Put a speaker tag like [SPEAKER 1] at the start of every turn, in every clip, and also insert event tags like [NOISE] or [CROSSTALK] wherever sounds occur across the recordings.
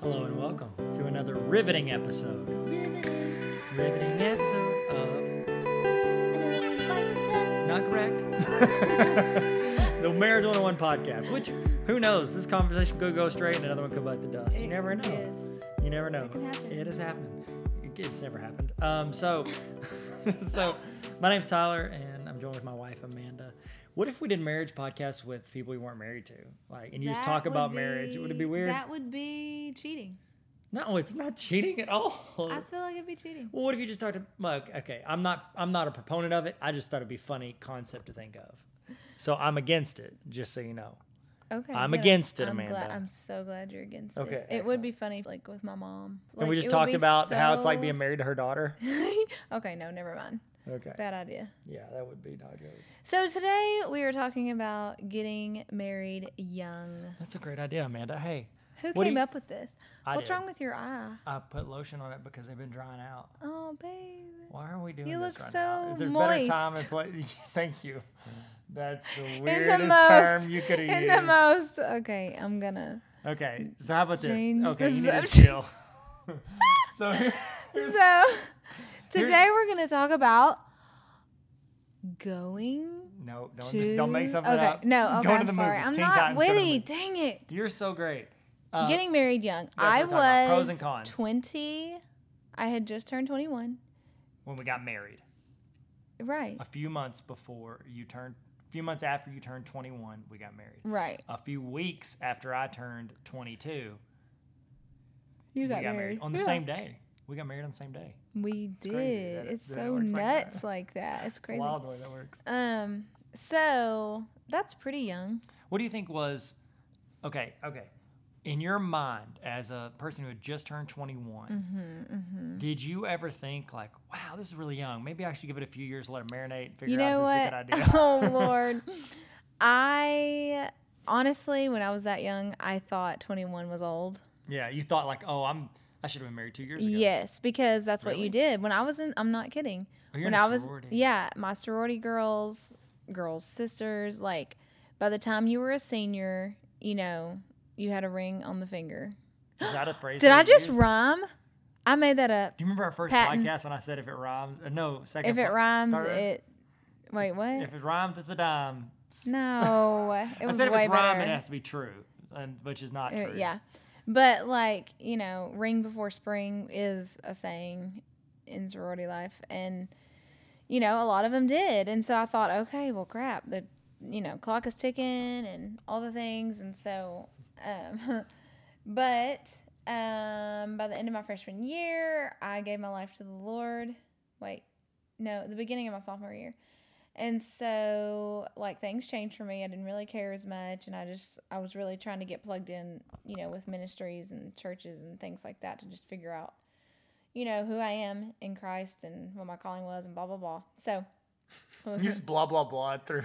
[SPEAKER 1] Hello and welcome to another riveting episode. Riveting episode of Not Correct. [LAUGHS] the Marriage 101 podcast, which who knows? This conversation could go straight and another one could bite the dust. You never know. You never know.
[SPEAKER 2] can happen.
[SPEAKER 1] It has happened. It- It's never happened. Um, so, [LAUGHS] so my name's Tyler, and I'm joined with my wife Amanda. What if we did marriage podcasts with people we weren't married to, like, and you just talk about marriage? Would it be weird?
[SPEAKER 2] That would be cheating.
[SPEAKER 1] No, it's not cheating at all.
[SPEAKER 2] I feel like it'd be cheating.
[SPEAKER 1] Well, what if you just talked to? Well, okay, I'm not. I'm not a proponent of it. I just thought it'd be a funny concept to think of. So I'm against it. Just so you know.
[SPEAKER 2] Okay.
[SPEAKER 1] I'm against it,
[SPEAKER 2] I'm Glad,
[SPEAKER 1] Amanda.
[SPEAKER 2] I'm so glad you're against it.
[SPEAKER 1] Okay,
[SPEAKER 2] It would
[SPEAKER 1] excellent.
[SPEAKER 2] be funny, like with my mom.
[SPEAKER 1] and we
[SPEAKER 2] Like,
[SPEAKER 1] just
[SPEAKER 2] it would
[SPEAKER 1] talked
[SPEAKER 2] be
[SPEAKER 1] about how it's like
[SPEAKER 2] so-
[SPEAKER 1] being [LAUGHS] married to her daughter.
[SPEAKER 2] [LAUGHS] okay, no, never mind.
[SPEAKER 1] Okay.
[SPEAKER 2] Bad idea.
[SPEAKER 1] Yeah, that would be not good.
[SPEAKER 2] So today we are talking about getting married young.
[SPEAKER 1] That's a great idea, Amanda. Hey,
[SPEAKER 2] Who
[SPEAKER 1] What do
[SPEAKER 2] came
[SPEAKER 1] you-
[SPEAKER 2] up with this?
[SPEAKER 1] I
[SPEAKER 2] What's
[SPEAKER 1] did.
[SPEAKER 2] wrong with your eye?
[SPEAKER 1] I put lotion on it because they've been drying out.
[SPEAKER 2] Oh, babe.
[SPEAKER 1] Why are we doing
[SPEAKER 2] You
[SPEAKER 1] this
[SPEAKER 2] look
[SPEAKER 1] right now?
[SPEAKER 2] so
[SPEAKER 1] Is there better time and
[SPEAKER 2] moist.
[SPEAKER 1] place? [LAUGHS] Thank you. That's the
[SPEAKER 2] In
[SPEAKER 1] weirdest
[SPEAKER 2] the most.
[SPEAKER 1] term you could have
[SPEAKER 2] [LAUGHS] in
[SPEAKER 1] used.
[SPEAKER 2] the most. Okay, I'm gonna.
[SPEAKER 1] Okay, so how about this?
[SPEAKER 2] Change
[SPEAKER 1] Okay,
[SPEAKER 2] the
[SPEAKER 1] you need to
[SPEAKER 2] subject.
[SPEAKER 1] chill. [LAUGHS] so
[SPEAKER 2] [LAUGHS]
[SPEAKER 1] here- [LAUGHS] here's
[SPEAKER 2] So today we're gonna talk about going
[SPEAKER 1] No, don't
[SPEAKER 2] to.
[SPEAKER 1] just, don't make something
[SPEAKER 2] okay,
[SPEAKER 1] up.
[SPEAKER 2] No,
[SPEAKER 1] Go
[SPEAKER 2] okay,
[SPEAKER 1] to
[SPEAKER 2] I'm
[SPEAKER 1] the
[SPEAKER 2] sorry.
[SPEAKER 1] movies.
[SPEAKER 2] I'm
[SPEAKER 1] Teen
[SPEAKER 2] not
[SPEAKER 1] Titans, go to the
[SPEAKER 2] witty.
[SPEAKER 1] movies.
[SPEAKER 2] Dang it.
[SPEAKER 1] You're so great. Uh,
[SPEAKER 2] Getting married young.
[SPEAKER 1] what we're
[SPEAKER 2] I
[SPEAKER 1] talking about, pros
[SPEAKER 2] was
[SPEAKER 1] and cons.
[SPEAKER 2] 20. I had just turned 21.
[SPEAKER 1] when we got married,
[SPEAKER 2] Right.
[SPEAKER 1] a few months before you turned, a few months after you turned 21, we got married.
[SPEAKER 2] Right.
[SPEAKER 1] A few weeks after I turned 22,
[SPEAKER 2] You got,
[SPEAKER 1] we got married, on the
[SPEAKER 2] Yeah.
[SPEAKER 1] same day. We got married on the same day.
[SPEAKER 2] We
[SPEAKER 1] crazy
[SPEAKER 2] did.
[SPEAKER 1] that it-
[SPEAKER 2] It's
[SPEAKER 1] that it
[SPEAKER 2] so
[SPEAKER 1] works like that.
[SPEAKER 2] nuts like that. It's
[SPEAKER 1] It's
[SPEAKER 2] crazy.
[SPEAKER 1] wild the way that works.
[SPEAKER 2] Um. So that's pretty young.
[SPEAKER 1] What do you think was okay? Okay, in your mind, as a person who had just turned 21,
[SPEAKER 2] Mm-hmm,
[SPEAKER 1] did you ever think like, "Wow, this is really young. Maybe I should give it a few years, let it marinate, and figure
[SPEAKER 2] You know
[SPEAKER 1] out if
[SPEAKER 2] what? [LAUGHS]
[SPEAKER 1] this is a good idea."
[SPEAKER 2] oh
[SPEAKER 1] [LAUGHS]
[SPEAKER 2] Lord. I honestly, when I was that young, I thought 21 was old.
[SPEAKER 1] yeah, you thought like, "Oh, I'm I should have been married two years ago."
[SPEAKER 2] Yes, because that's what
[SPEAKER 1] Really?
[SPEAKER 2] you did. When I was in, I'm not kidding.
[SPEAKER 1] Oh, you're
[SPEAKER 2] when
[SPEAKER 1] in a
[SPEAKER 2] I was,
[SPEAKER 1] sorority.
[SPEAKER 2] yeah, my sorority girls, girls, sisters, like by the time you were a senior, you know, you had a ring on the finger.
[SPEAKER 1] Is that a phrase?
[SPEAKER 2] Did
[SPEAKER 1] that
[SPEAKER 2] I
[SPEAKER 1] you
[SPEAKER 2] just
[SPEAKER 1] used?
[SPEAKER 2] rhyme? I made that up.
[SPEAKER 1] Do you remember our first
[SPEAKER 2] Patent.
[SPEAKER 1] podcast when I said if it rhymes? Uh, no, second.
[SPEAKER 2] If it
[SPEAKER 1] po-
[SPEAKER 2] rhymes,
[SPEAKER 1] third?
[SPEAKER 2] it. Wait, what?
[SPEAKER 1] If it rhymes, it's a dime. S-
[SPEAKER 2] No, it was
[SPEAKER 1] [LAUGHS] I said if
[SPEAKER 2] way
[SPEAKER 1] it's
[SPEAKER 2] better.
[SPEAKER 1] rhyme, it has to be true, and, which is not
[SPEAKER 2] Uh,
[SPEAKER 1] true.
[SPEAKER 2] yeah. But like, you know, ring before spring is a saying in sorority life and you know, a lot of them did. And so I thought, okay, well crap, the you know, clock is ticking and all the things and so um [LAUGHS] but um by the end of my freshman year, I gave my life to the Lord. Wait. No, the beginning of my sophomore year. And so like things changed for me. I didn't really care as much and I just I was really trying to get plugged in, you know, with ministries and churches and things like that to just figure out you know who I am in Christ and what my calling was and blah blah blah. So
[SPEAKER 1] [LAUGHS] You just blah blah blah through.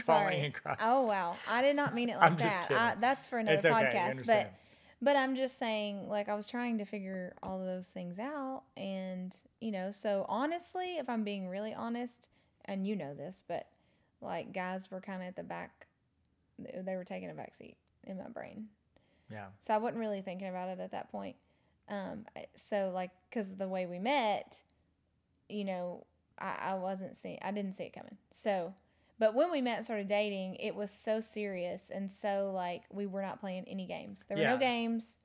[SPEAKER 1] [LAUGHS] calling in
[SPEAKER 2] sorry.
[SPEAKER 1] Christ.
[SPEAKER 2] Oh wow, I did not mean it
[SPEAKER 1] I'm
[SPEAKER 2] like
[SPEAKER 1] just
[SPEAKER 2] that.
[SPEAKER 1] kidding.
[SPEAKER 2] I, that's for another
[SPEAKER 1] It's okay, I
[SPEAKER 2] podcast,
[SPEAKER 1] understand.
[SPEAKER 2] but but I'm just saying like I was trying to figure all of those things out and you know, so honestly, if I'm being really honest, and you know this, but like guys were kind of at the back they they were taking a back seat in my brain.
[SPEAKER 1] Yeah.
[SPEAKER 2] So I wasn't really thinking about it at that point. Um, I- so like, cause the way we met, you know, I, I wasn't seeing, I didn't see it coming. So, but when we met, and started dating, it was so serious and so like we were not playing any games. There were
[SPEAKER 1] Yeah.
[SPEAKER 2] no games.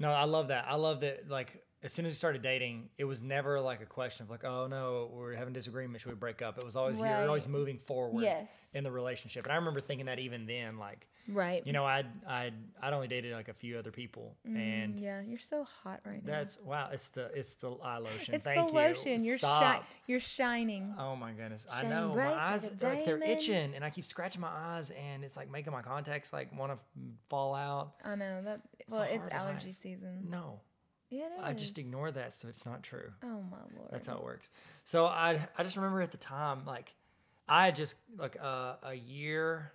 [SPEAKER 1] No, I love that. I love that. Like as soon as we started dating, it was never like a question of like, oh no, we're having disagreement, should we break up? It was always you're always
[SPEAKER 2] Right.
[SPEAKER 1] moving forward
[SPEAKER 2] Yes.
[SPEAKER 1] in the relationship. And I remember thinking that even then, like
[SPEAKER 2] Right.
[SPEAKER 1] you know, I I I'd only dated like a few other people, and
[SPEAKER 2] Mm, yeah, you're so hot right now.
[SPEAKER 1] that's wow. It's the it's the eye lotion.
[SPEAKER 2] It's
[SPEAKER 1] Thank
[SPEAKER 2] the lotion.
[SPEAKER 1] You.
[SPEAKER 2] You're shi-
[SPEAKER 1] Stop.
[SPEAKER 2] You're shining.
[SPEAKER 1] Oh my goodness! I
[SPEAKER 2] Shine
[SPEAKER 1] know my
[SPEAKER 2] bright like
[SPEAKER 1] eyes
[SPEAKER 2] a
[SPEAKER 1] like they're
[SPEAKER 2] diamond.
[SPEAKER 1] itching, and I keep scratching my eyes, and it's like making my contacts like want to fall out.
[SPEAKER 2] I know that.
[SPEAKER 1] a
[SPEAKER 2] Well, it's
[SPEAKER 1] hard life.
[SPEAKER 2] allergy season.
[SPEAKER 1] No,
[SPEAKER 2] Yeah, it is.
[SPEAKER 1] I just ignore that, so it's not true.
[SPEAKER 2] Oh my lord.
[SPEAKER 1] That's how it works. So I I just remember at the time like I had just like uh, a year,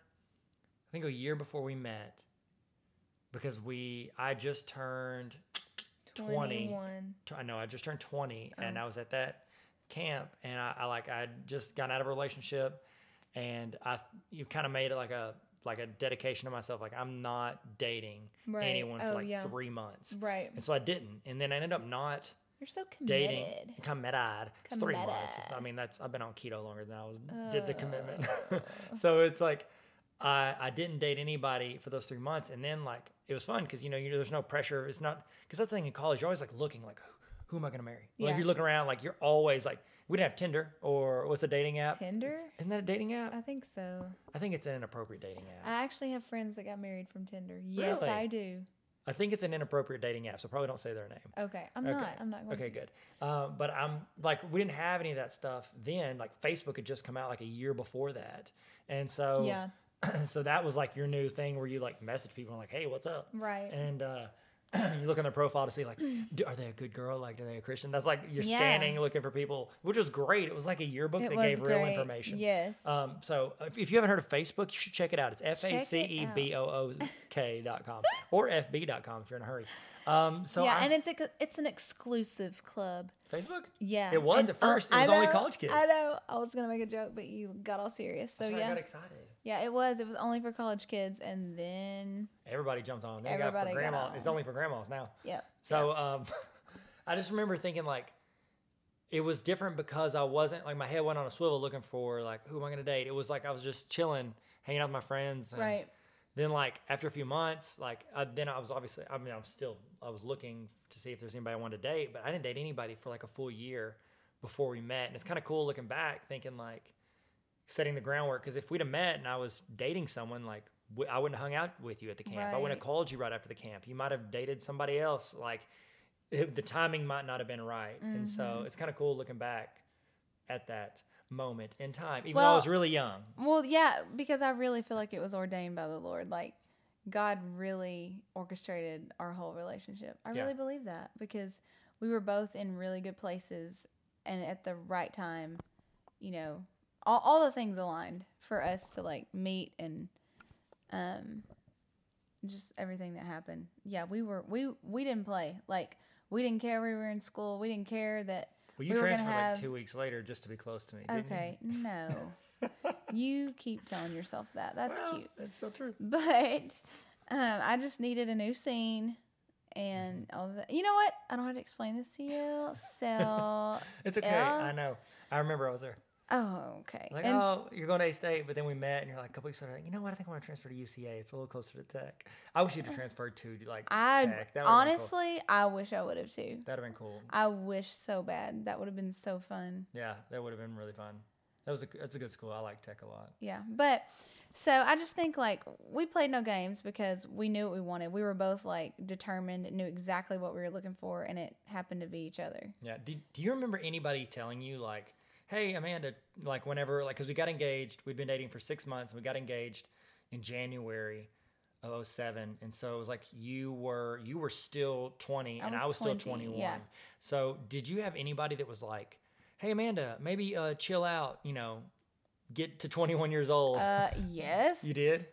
[SPEAKER 1] I think a year before we met, because we I just turned 20.
[SPEAKER 2] 21.
[SPEAKER 1] tw- I know I just turned twenty and
[SPEAKER 2] Oh.
[SPEAKER 1] I was at that camp and I, I like I had just gotten out of a relationship and I you kind of made it like a like a dedication to myself. Like I'm not dating
[SPEAKER 2] Right.
[SPEAKER 1] anyone for
[SPEAKER 2] Oh,
[SPEAKER 1] like
[SPEAKER 2] yeah. Mm-hmm.
[SPEAKER 1] three months,
[SPEAKER 2] Right.
[SPEAKER 1] and so I didn't. And then I ended up not
[SPEAKER 2] You're so committed.
[SPEAKER 1] dating committed. It's three months. It's-
[SPEAKER 2] Committed. Oh.
[SPEAKER 1] I mean, that's I've been on keto longer than I was did the commitment. [LAUGHS] so it's like I I didn't date anybody for those three months, and then like it was fun because you know you there's no pressure. It's not because that's the thing in college. You're always like looking like who, who am I gonna marry? Like
[SPEAKER 2] Yeah.
[SPEAKER 1] you're looking around like you're always like we didn't have Tinder or what's a dating app?
[SPEAKER 2] Tinder?
[SPEAKER 1] Isn't that a dating app?
[SPEAKER 2] I think so.
[SPEAKER 1] I think it's an inappropriate dating app.
[SPEAKER 2] I actually have friends that got married from Tinder. Yes,
[SPEAKER 1] Really?
[SPEAKER 2] I do.
[SPEAKER 1] I think it's an inappropriate dating app, so probably don't say their name.
[SPEAKER 2] Okay, I'm
[SPEAKER 1] Okay.
[SPEAKER 2] not. I'm not going.
[SPEAKER 1] Okay, good. Um, but I'm like, we didn't have any of that stuff then. Like, Facebook had just come out like a year before that, and so
[SPEAKER 2] Yeah.
[SPEAKER 1] [CLEARS THROAT] so that was like your new thing where you like message people and like, hey, what's up?
[SPEAKER 2] Right. Mm.
[SPEAKER 1] And uh, [CLEARS THROAT] you look on their profile to see like, do, are they a good girl? Like, are they a Christian? That's like you're
[SPEAKER 2] Yeah.
[SPEAKER 1] scanning looking for people, which was great. It was like a yearbook that gave real
[SPEAKER 2] great.
[SPEAKER 1] information.
[SPEAKER 2] Yes.
[SPEAKER 1] Um, so if, if you haven't heard of Facebook, you should check it out. It's F
[SPEAKER 2] it
[SPEAKER 1] A
[SPEAKER 2] out.
[SPEAKER 1] C E B O O K dot com or FB dot com if you're in a hurry. Um, so
[SPEAKER 2] yeah,
[SPEAKER 1] I-
[SPEAKER 2] and it's a, it's an exclusive club.
[SPEAKER 1] Facebook?
[SPEAKER 2] Yeah.
[SPEAKER 1] It was
[SPEAKER 2] and, uh,
[SPEAKER 1] at first. It
[SPEAKER 2] I
[SPEAKER 1] was only
[SPEAKER 2] know-
[SPEAKER 1] college kids.
[SPEAKER 2] I know. I was gonna make a joke, but you got all serious. So
[SPEAKER 1] That's why I
[SPEAKER 2] yeah,
[SPEAKER 1] got excited.
[SPEAKER 2] yeah, it was. It was only for college kids, and then
[SPEAKER 1] Everybody jumped on. They
[SPEAKER 2] Everybody
[SPEAKER 1] got it
[SPEAKER 2] got
[SPEAKER 1] for grandma. It's
[SPEAKER 2] on.
[SPEAKER 1] only for grandmas now.
[SPEAKER 2] yeah,
[SPEAKER 1] So um, [LAUGHS] I just remember thinking like it was different because I wasn't like my head went on a swivel looking for like who am I gonna date? It was like I was just chilling, hanging out with my friends. and
[SPEAKER 2] right.
[SPEAKER 1] Then like after a few months, like I, then I was obviously I mean I'm still I was looking to see if there's anybody I wanted to date, but I didn't date anybody for like a full year before we met, and it's kind of cool looking back, thinking like setting the groundwork because if we'd have met and I was dating someone like. w- I wouldn't have hung out with you at the camp. I wouldn't have
[SPEAKER 2] Right.
[SPEAKER 1] called you right after the camp. You might have dated somebody else. Like it- the timing might not have been right. And
[SPEAKER 2] Mm-hmm.
[SPEAKER 1] so it's kind of cool looking back at that moment in time, even though I
[SPEAKER 2] Well-
[SPEAKER 1] was really young.
[SPEAKER 2] Well, yeah, because I really feel like it was ordained by the Lord. Like God really orchestrated our whole relationship. I
[SPEAKER 1] Yeah.
[SPEAKER 2] really believe that because we were both in really good places and at the right time. You know, all, all the things aligned for us to like meet and um just everything that happened. Yeah, we were we we didn't play. Like we didn't care we were in school. We didn't care that
[SPEAKER 1] Well, you
[SPEAKER 2] we were gonna
[SPEAKER 1] transferred
[SPEAKER 2] have-
[SPEAKER 1] like two weeks later just to be close to me. Didn't you?
[SPEAKER 2] Okay,
[SPEAKER 1] [LAUGHS]
[SPEAKER 2] no. you keep telling yourself that. That's
[SPEAKER 1] Well,
[SPEAKER 2] cute.
[SPEAKER 1] That's still true.
[SPEAKER 2] But um, I just needed a new scene and
[SPEAKER 1] Mm-hmm.
[SPEAKER 2] all that. You know what? I don't have to explain this to you.
[SPEAKER 1] [LAUGHS]
[SPEAKER 2] So,
[SPEAKER 1] It's okay.
[SPEAKER 2] Yeah.
[SPEAKER 1] I know. I remember I was there.
[SPEAKER 2] oh, okay.
[SPEAKER 1] Like,
[SPEAKER 2] And s-
[SPEAKER 1] oh, you're going to A State, but then we met, and you're like a couple weeks later. Like, you know what? I think I want to transfer to UCA. It's a little closer to Tech. I wish you'd
[SPEAKER 2] [LAUGHS]
[SPEAKER 1] have transferred to like
[SPEAKER 2] I
[SPEAKER 1] Tech. That would've been cool.
[SPEAKER 2] honestly, I wish I would have too.
[SPEAKER 1] that'd have been cool.
[SPEAKER 2] I wish so bad. That would have been so fun.
[SPEAKER 1] Yeah, that would have been really fun. That was a that's a good school. I like Tech a lot.
[SPEAKER 2] Yeah. But so I just think like we played no games because we knew what we wanted. We were both like determined, knew exactly what we were looking for, and it happened to be each other.
[SPEAKER 1] Yeah. Do, do you remember anybody telling you like, "Hey, Amanda," like whenever, like, because we got engaged, we'd been dating for six months, and we got engaged in January of 07. and so it was like you were you were still twenty,
[SPEAKER 2] I
[SPEAKER 1] and
[SPEAKER 2] was
[SPEAKER 1] I was still
[SPEAKER 2] 20,
[SPEAKER 1] twenty one.
[SPEAKER 2] yeah.
[SPEAKER 1] So did you have anybody that was like, "Hey, Amanda, maybe uh, chill out," you know, get to twenty one years old?
[SPEAKER 2] Uh,
[SPEAKER 1] [LAUGHS]
[SPEAKER 2] yes.
[SPEAKER 1] you did.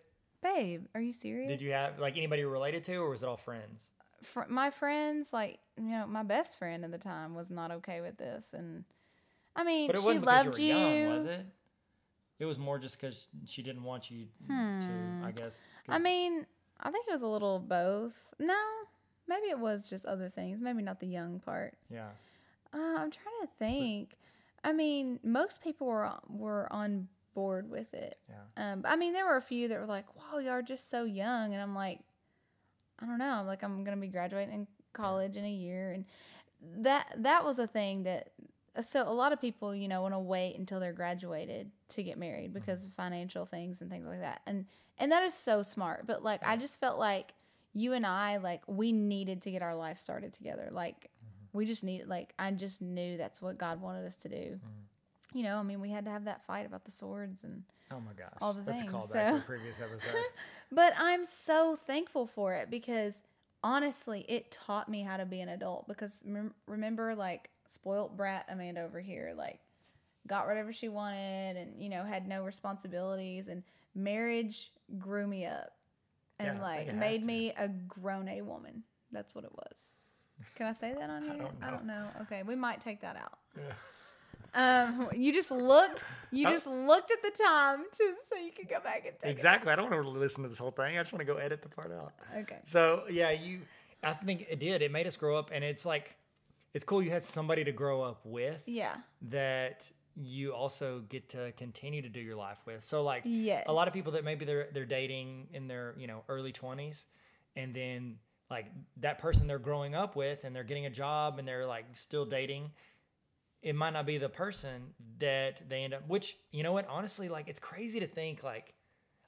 [SPEAKER 2] Babe, are you serious?
[SPEAKER 1] Did you have like anybody you related to, or was it all friends?
[SPEAKER 2] Fr- my friends, like you know, my best friend at the time was not okay with this, and I mean,
[SPEAKER 1] But it
[SPEAKER 2] she
[SPEAKER 1] wasn't because
[SPEAKER 2] loved
[SPEAKER 1] you
[SPEAKER 2] you.
[SPEAKER 1] were young, was it? It was more just because she didn't want you to, I guess. 'cause-
[SPEAKER 2] Hmm. I mean, I think it was a little both. No, maybe it was just other things. Maybe not the young part.
[SPEAKER 1] yeah.
[SPEAKER 2] Uh, I'm trying to think. I mean, most people were were on board with it.
[SPEAKER 1] Yeah.
[SPEAKER 2] Um, but I mean, there were a few that were like, "Wow, y'all are just so young," and I'm like, I don't know. I'm like, I'm gonna be graduating college in a year, and that that was a thing that. uh, So a lot of people, you know, want to wait until they're graduated to get married because of financial things and things like that, and and that is so smart. But like, I just felt like you and I, like, we needed to get our life started together. Like,
[SPEAKER 1] Mm-hmm.
[SPEAKER 2] we just needed, like, I just knew that's what God wanted us to do.
[SPEAKER 1] Mm-hmm.
[SPEAKER 2] You know, I mean, we had to have that fight about the swords and
[SPEAKER 1] Oh my gosh.
[SPEAKER 2] all the
[SPEAKER 1] That's
[SPEAKER 2] things,
[SPEAKER 1] a callback to a
[SPEAKER 2] so-
[SPEAKER 1] previous episode.
[SPEAKER 2] [LAUGHS] But I'm so thankful for it because honestly, it taught me how to be an adult. Because rem- remember, like, spoilt brat Amanda over here, like, got whatever she wanted and, you know, had no responsibilities. And marriage grew me up
[SPEAKER 1] Yeah, I think
[SPEAKER 2] and,
[SPEAKER 1] it
[SPEAKER 2] like,
[SPEAKER 1] has
[SPEAKER 2] made
[SPEAKER 1] to.
[SPEAKER 2] me a grown A woman. That's
[SPEAKER 1] [LAUGHS]
[SPEAKER 2] what it was. Can I say that on here?
[SPEAKER 1] don't
[SPEAKER 2] I don't know. Okay, we might take that out. Um, [LAUGHS] you just looked.
[SPEAKER 1] Oh.
[SPEAKER 2] You just looked at the time to, so you could go back and take.
[SPEAKER 1] Exactly. I don't want to listen to this whole thing. I just want to go edit the part out.
[SPEAKER 2] It. Okay.
[SPEAKER 1] So yeah, you. I think it did. It made us grow up, and it's like, it's cool. You had somebody to grow up with
[SPEAKER 2] Yeah.
[SPEAKER 1] that you also get to continue to do your life with. So like, a lot of
[SPEAKER 2] Yes.
[SPEAKER 1] people that maybe they're they're dating in their you know early twenties, and then like that person they're growing up with, and they're getting a job, and they're like still dating. It might not be the person that they end up. Which you know what? Honestly, like it's crazy to think like.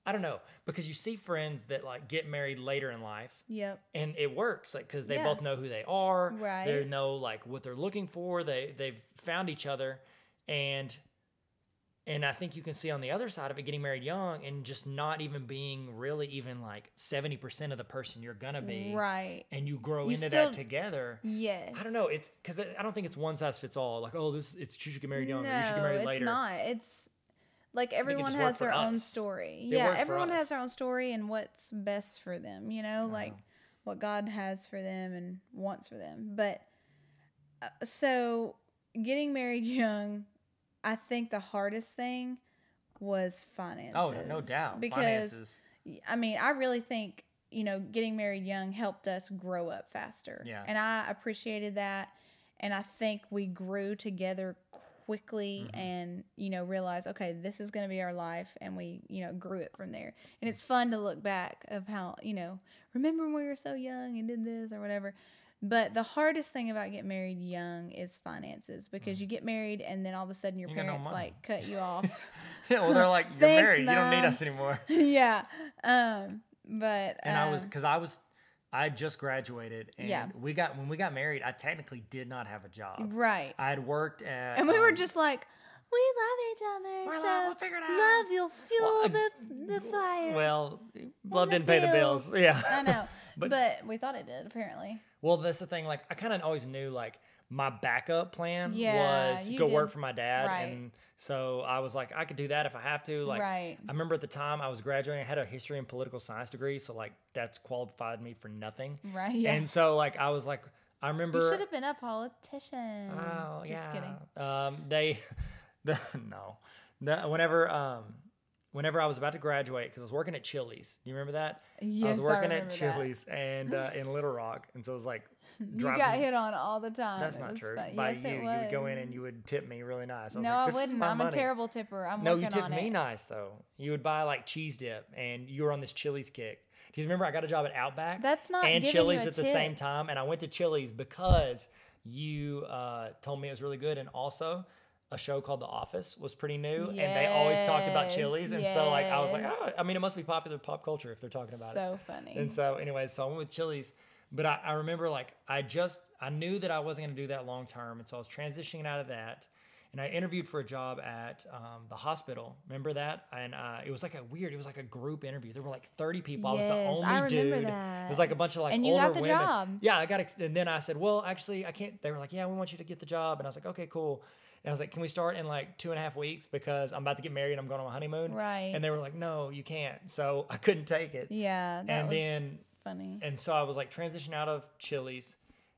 [SPEAKER 1] I don't know because you see friends that like get married later in life
[SPEAKER 2] Yep.
[SPEAKER 1] and it works like because they
[SPEAKER 2] Yeah.
[SPEAKER 1] both know who they are they
[SPEAKER 2] Right.
[SPEAKER 1] know like what they're looking for they they've found each other and and i think you can see on the other side of it getting married young and just not even being really even like 70% of the person you're gonna be
[SPEAKER 2] Right.
[SPEAKER 1] and you grow
[SPEAKER 2] You
[SPEAKER 1] into
[SPEAKER 2] still-
[SPEAKER 1] that together
[SPEAKER 2] Yes.
[SPEAKER 1] i don't know it's because i don't think it's one size fits all like oh this it's you should get married young or you should get
[SPEAKER 2] No,
[SPEAKER 1] married
[SPEAKER 2] it's
[SPEAKER 1] later
[SPEAKER 2] not. It's like everyone
[SPEAKER 1] just worked
[SPEAKER 2] has
[SPEAKER 1] for
[SPEAKER 2] their own
[SPEAKER 1] us.
[SPEAKER 2] story.
[SPEAKER 1] It
[SPEAKER 2] yeah,
[SPEAKER 1] worked for
[SPEAKER 2] everyone
[SPEAKER 1] us.
[SPEAKER 2] has their own story and what's best for them. You know, like what God has for them and wants for them. But uh, so getting married [LAUGHS] young, I think the hardest thing was finances.
[SPEAKER 1] oh no, no doubt
[SPEAKER 2] Because
[SPEAKER 1] finances [LAUGHS]
[SPEAKER 2] I mean, I really think, you know, getting married young helped us grow up faster.
[SPEAKER 1] Yeah.
[SPEAKER 2] And I appreciated that. And I think we grew together quickly
[SPEAKER 1] Mm-hmm.
[SPEAKER 2] and, you know, realized, okay, this is going to be our life. And we, you know, grew it from there. And it's fun to look back of how, you know, remember when we were so young and did this or whatever. But the hardest thing about getting married young is finances because you get married and then all of a sudden your
[SPEAKER 1] Mm. You got no
[SPEAKER 2] parents
[SPEAKER 1] money.
[SPEAKER 2] like
[SPEAKER 1] [LAUGHS]
[SPEAKER 2] cut you off. [LAUGHS]
[SPEAKER 1] yeah, well they're like you're
[SPEAKER 2] Thanks,
[SPEAKER 1] married you don't
[SPEAKER 2] Mom.
[SPEAKER 1] need us anymore
[SPEAKER 2] yeah. Um, but
[SPEAKER 1] and I was
[SPEAKER 2] um,
[SPEAKER 1] because I was I had just graduated and
[SPEAKER 2] Yeah.
[SPEAKER 1] we got when we got married I technically did not have a job
[SPEAKER 2] right.
[SPEAKER 1] I had worked at
[SPEAKER 2] And we were
[SPEAKER 1] um,
[SPEAKER 2] just like, we love each other.
[SPEAKER 1] We're
[SPEAKER 2] so
[SPEAKER 1] like, "We'll figure it out."
[SPEAKER 2] love, you'll fuel
[SPEAKER 1] Well, I-
[SPEAKER 2] the, the fire.
[SPEAKER 1] well love
[SPEAKER 2] the
[SPEAKER 1] didn't pay the bills
[SPEAKER 2] bills.
[SPEAKER 1] yeah [LAUGHS]
[SPEAKER 2] I know.
[SPEAKER 1] But-
[SPEAKER 2] but, we thought it did, apparently.
[SPEAKER 1] well that's the thing like I kind of always knew like my backup plan
[SPEAKER 2] Yeah,
[SPEAKER 1] was
[SPEAKER 2] you
[SPEAKER 1] go work
[SPEAKER 2] did-
[SPEAKER 1] for my dad
[SPEAKER 2] right.
[SPEAKER 1] and so I was like I could do that if I have to like
[SPEAKER 2] right.
[SPEAKER 1] I remember at the time I was graduating I had a history and political science degree so like that's qualified me for nothing
[SPEAKER 2] Right. Yeah.
[SPEAKER 1] and so like I was like I remember
[SPEAKER 2] you should have been a politician.
[SPEAKER 1] Oh
[SPEAKER 2] Mm, Just
[SPEAKER 1] yeah.
[SPEAKER 2] kidding.
[SPEAKER 1] Um, they, [LAUGHS] the, no, The- whenever um, whenever I was about to graduate because I was working at Chili's. Do you remember that? I was
[SPEAKER 2] Yes, I
[SPEAKER 1] working at
[SPEAKER 2] remember that.
[SPEAKER 1] Chili's and uh, in Little Rock, and so it was like
[SPEAKER 2] [LAUGHS] You
[SPEAKER 1] driving.
[SPEAKER 2] got hit on all the time.
[SPEAKER 1] That's
[SPEAKER 2] It
[SPEAKER 1] not
[SPEAKER 2] was
[SPEAKER 1] true.
[SPEAKER 2] fun.
[SPEAKER 1] By
[SPEAKER 2] yes,
[SPEAKER 1] you,
[SPEAKER 2] it
[SPEAKER 1] you
[SPEAKER 2] was.
[SPEAKER 1] would go in and you would tip me really nice. I was
[SPEAKER 2] no,
[SPEAKER 1] like,
[SPEAKER 2] I
[SPEAKER 1] this is
[SPEAKER 2] wouldn't.
[SPEAKER 1] my
[SPEAKER 2] I'm
[SPEAKER 1] money.
[SPEAKER 2] a terrible tipper. I'm
[SPEAKER 1] No,
[SPEAKER 2] working
[SPEAKER 1] you tipped
[SPEAKER 2] on
[SPEAKER 1] me
[SPEAKER 2] it.
[SPEAKER 1] nice though. You would buy like cheese dip, and you were on this Chili's kick. Do you remember I got a job at Outback?
[SPEAKER 2] That's not
[SPEAKER 1] and
[SPEAKER 2] giving
[SPEAKER 1] Chili's
[SPEAKER 2] you a
[SPEAKER 1] at the same
[SPEAKER 2] tip.
[SPEAKER 1] time, and I went to Chili's because you uh, told me it was really good, and also a show called The Office was pretty new, and they always talked about
[SPEAKER 2] Yes,
[SPEAKER 1] Chili's, and so like I was like,
[SPEAKER 2] yes.
[SPEAKER 1] oh, I mean, it must be popular pop culture if they're talking about it.
[SPEAKER 2] So funny.
[SPEAKER 1] And so, anyway, so I went with Chili's, but I, I remember like I just I knew that I wasn't going to do that long term, and so I was transitioning out of that. And I interviewed for a job at um, the hospital. Remember that? And uh, it was like a weird. It was like a group interview. There were like thirty people. I
[SPEAKER 2] Yes,
[SPEAKER 1] was the
[SPEAKER 2] I
[SPEAKER 1] only
[SPEAKER 2] remember
[SPEAKER 1] dude. It
[SPEAKER 2] that.
[SPEAKER 1] was like a bunch of like
[SPEAKER 2] And you
[SPEAKER 1] older
[SPEAKER 2] got the
[SPEAKER 1] women.
[SPEAKER 2] job.
[SPEAKER 1] Yeah, I got. Ex- and then I said, "Well, actually, I can't." They were like, "Yeah, we want you to get the job." And I was like, "Okay, cool." And I was like, "Can we start in like two and a half weeks because I'm about to get married and I'm going on my honeymoon?"
[SPEAKER 2] Right.
[SPEAKER 1] And they were like, "No, you can't." So [LAUGHS] I couldn't take it.
[SPEAKER 2] yeah. That
[SPEAKER 1] and
[SPEAKER 2] was
[SPEAKER 1] then
[SPEAKER 2] funny.
[SPEAKER 1] and so I was like transitioning out of Chili's,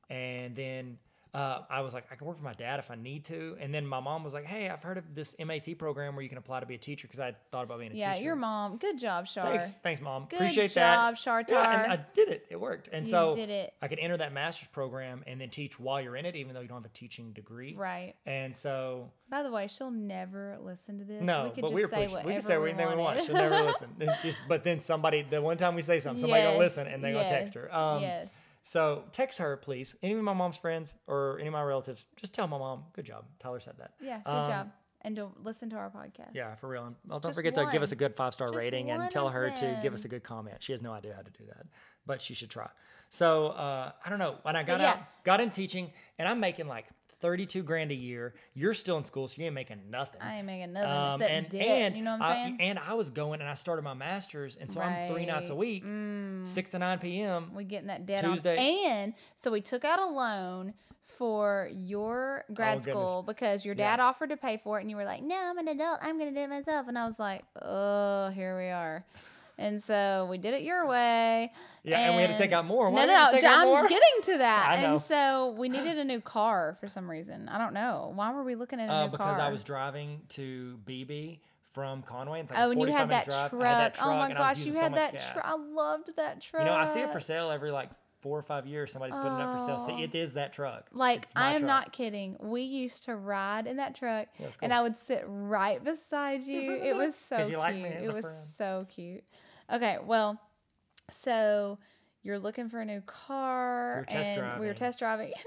[SPEAKER 1] and then uh, I was like, I can work for my dad if I need to. And then my mom was like, Hey, I've heard of this MAT program where you can apply to be a teacher because I had thought about being a
[SPEAKER 2] Yeah,
[SPEAKER 1] teacher.
[SPEAKER 2] your mom. Good job, Shar.
[SPEAKER 1] Thanks, thanks, mom.
[SPEAKER 2] Good
[SPEAKER 1] Appreciate that.
[SPEAKER 2] job, Shartar.
[SPEAKER 1] Yeah, and I did it. It worked. And
[SPEAKER 2] You
[SPEAKER 1] so
[SPEAKER 2] did it.
[SPEAKER 1] I could enter that master's program and then teach while you're in it, even though you don't have a teaching degree.
[SPEAKER 2] Right.
[SPEAKER 1] And so
[SPEAKER 2] By the way, she'll never listen to this.
[SPEAKER 1] no,
[SPEAKER 2] we could
[SPEAKER 1] but
[SPEAKER 2] just
[SPEAKER 1] we were
[SPEAKER 2] say
[SPEAKER 1] pushing.
[SPEAKER 2] whatever
[SPEAKER 1] We could say anything we want.
[SPEAKER 2] wanted. [LAUGHS]
[SPEAKER 1] She'll never listen. [LAUGHS] And just but then somebody the one time we say something, somebody gonna
[SPEAKER 2] Yes,
[SPEAKER 1] listen and they're gonna text
[SPEAKER 2] yes,
[SPEAKER 1] her. Um,
[SPEAKER 2] yes.
[SPEAKER 1] So text her, please. Any of my mom's friends or any of my relatives, just tell my mom, good job. Tyler said that.
[SPEAKER 2] Yeah. Good
[SPEAKER 1] Um,
[SPEAKER 2] job. And to listen to our podcast.
[SPEAKER 1] Yeah, for real. And well, don't
[SPEAKER 2] Just
[SPEAKER 1] forget to give us a
[SPEAKER 2] one.
[SPEAKER 1] good five star
[SPEAKER 2] Just
[SPEAKER 1] rating and
[SPEAKER 2] one
[SPEAKER 1] tell
[SPEAKER 2] of
[SPEAKER 1] her to give
[SPEAKER 2] them.
[SPEAKER 1] us a good comment. She has no idea how to do that, but she should try. So uh, I don't know. When I got
[SPEAKER 2] yeah.
[SPEAKER 1] out, got in teaching, and I'm making like 32 grand a year. You're still in school, so you ain't making nothing.
[SPEAKER 2] I ain't making nothing
[SPEAKER 1] Um,
[SPEAKER 2] except
[SPEAKER 1] and,
[SPEAKER 2] dick.
[SPEAKER 1] and
[SPEAKER 2] you know what
[SPEAKER 1] I-
[SPEAKER 2] I'm saying?
[SPEAKER 1] and I was going and I started my master's, and so I'm three nights a
[SPEAKER 2] Right. Mm.
[SPEAKER 1] week, six to nine p.m.
[SPEAKER 2] we getting that dead
[SPEAKER 1] Tuesday-
[SPEAKER 2] on. And so we took out a loan for your grad
[SPEAKER 1] Oh, goodness.
[SPEAKER 2] school because your dad offered to pay for it, and you were like, "No, I'm an adult. I'm gonna do it myself." And I was like, "Oh, here we are." And so we did it your way.
[SPEAKER 1] Yeah, and, we had to take out more. Why
[SPEAKER 2] no,
[SPEAKER 1] did we
[SPEAKER 2] no,
[SPEAKER 1] have to
[SPEAKER 2] no.
[SPEAKER 1] take out
[SPEAKER 2] I'm
[SPEAKER 1] more?
[SPEAKER 2] getting to that.
[SPEAKER 1] [LAUGHS] I know.
[SPEAKER 2] And so we needed a new car for some reason. I don't know. Why were we looking at a
[SPEAKER 1] Uh,
[SPEAKER 2] new
[SPEAKER 1] because
[SPEAKER 2] car?
[SPEAKER 1] I was driving to BB from Conway. It's like
[SPEAKER 2] oh,
[SPEAKER 1] a
[SPEAKER 2] and you
[SPEAKER 1] 45
[SPEAKER 2] had that,
[SPEAKER 1] minute
[SPEAKER 2] truck.
[SPEAKER 1] drive. I had that truck.
[SPEAKER 2] Oh
[SPEAKER 1] and
[SPEAKER 2] my
[SPEAKER 1] I was
[SPEAKER 2] gosh,
[SPEAKER 1] using
[SPEAKER 2] you
[SPEAKER 1] so
[SPEAKER 2] had
[SPEAKER 1] much
[SPEAKER 2] that
[SPEAKER 1] gas.
[SPEAKER 2] truck. I loved that truck.
[SPEAKER 1] You know, I see it for sale every like four or five years. Somebody's putting it up for sale.
[SPEAKER 2] Oh.
[SPEAKER 1] See, it is that truck.
[SPEAKER 2] Like
[SPEAKER 1] It's my
[SPEAKER 2] I am
[SPEAKER 1] truck.
[SPEAKER 2] not kidding. We used to ride in that truck,
[SPEAKER 1] Yeah, it's
[SPEAKER 2] and
[SPEAKER 1] cool.
[SPEAKER 2] I would sit right beside you.
[SPEAKER 1] isn't
[SPEAKER 2] It
[SPEAKER 1] it?
[SPEAKER 2] was so
[SPEAKER 1] 'Cause
[SPEAKER 2] cute.
[SPEAKER 1] you like me as
[SPEAKER 2] it
[SPEAKER 1] a
[SPEAKER 2] was
[SPEAKER 1] friend.
[SPEAKER 2] so cute. Okay, well, so you're looking for a new car,
[SPEAKER 1] We were test
[SPEAKER 2] and we were
[SPEAKER 1] driving.
[SPEAKER 2] test driving. [LAUGHS]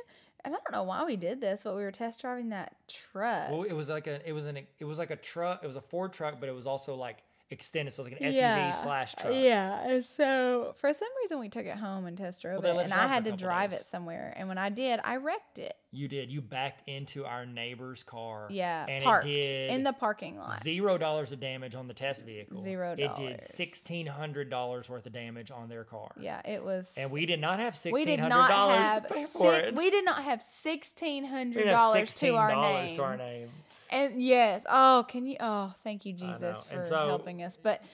[SPEAKER 2] And I don't know why we did this, but we were test driving that truck.
[SPEAKER 1] Well, it was like a it was an it was like a truck. It was a Ford truck, but it was also like extended, so it was like an SUV
[SPEAKER 2] Yeah.
[SPEAKER 1] slash truck.
[SPEAKER 2] Yeah. And so for some reason we took it home and test drove
[SPEAKER 1] they
[SPEAKER 2] it,
[SPEAKER 1] let
[SPEAKER 2] and
[SPEAKER 1] us drive
[SPEAKER 2] I
[SPEAKER 1] for a
[SPEAKER 2] had to
[SPEAKER 1] couple
[SPEAKER 2] drive
[SPEAKER 1] days.
[SPEAKER 2] it somewhere. And when I did, I wrecked it.
[SPEAKER 1] You did. You backed into our neighbor's car.
[SPEAKER 2] Yeah,
[SPEAKER 1] and
[SPEAKER 2] parked
[SPEAKER 1] it did
[SPEAKER 2] in the parking lot.
[SPEAKER 1] zero dollars of damage on the test vehicle.
[SPEAKER 2] Zero
[SPEAKER 1] It did
[SPEAKER 2] dollars.
[SPEAKER 1] sixteen hundred dollars worth of damage on their car.
[SPEAKER 2] yeah, it was.
[SPEAKER 1] And we did not have
[SPEAKER 2] we
[SPEAKER 1] sixteen
[SPEAKER 2] did
[SPEAKER 1] hundred
[SPEAKER 2] not
[SPEAKER 1] dollars
[SPEAKER 2] have
[SPEAKER 1] to pay
[SPEAKER 2] si-
[SPEAKER 1] for it.
[SPEAKER 2] we did not have sixteen
[SPEAKER 1] We
[SPEAKER 2] hundred
[SPEAKER 1] didn't have
[SPEAKER 2] dollars to our
[SPEAKER 1] $16
[SPEAKER 2] name.
[SPEAKER 1] to our name.
[SPEAKER 2] And yes, oh, can you? Oh, thank you,
[SPEAKER 1] know.
[SPEAKER 2] Jesus,
[SPEAKER 1] And
[SPEAKER 2] for
[SPEAKER 1] so-
[SPEAKER 2] helping us. But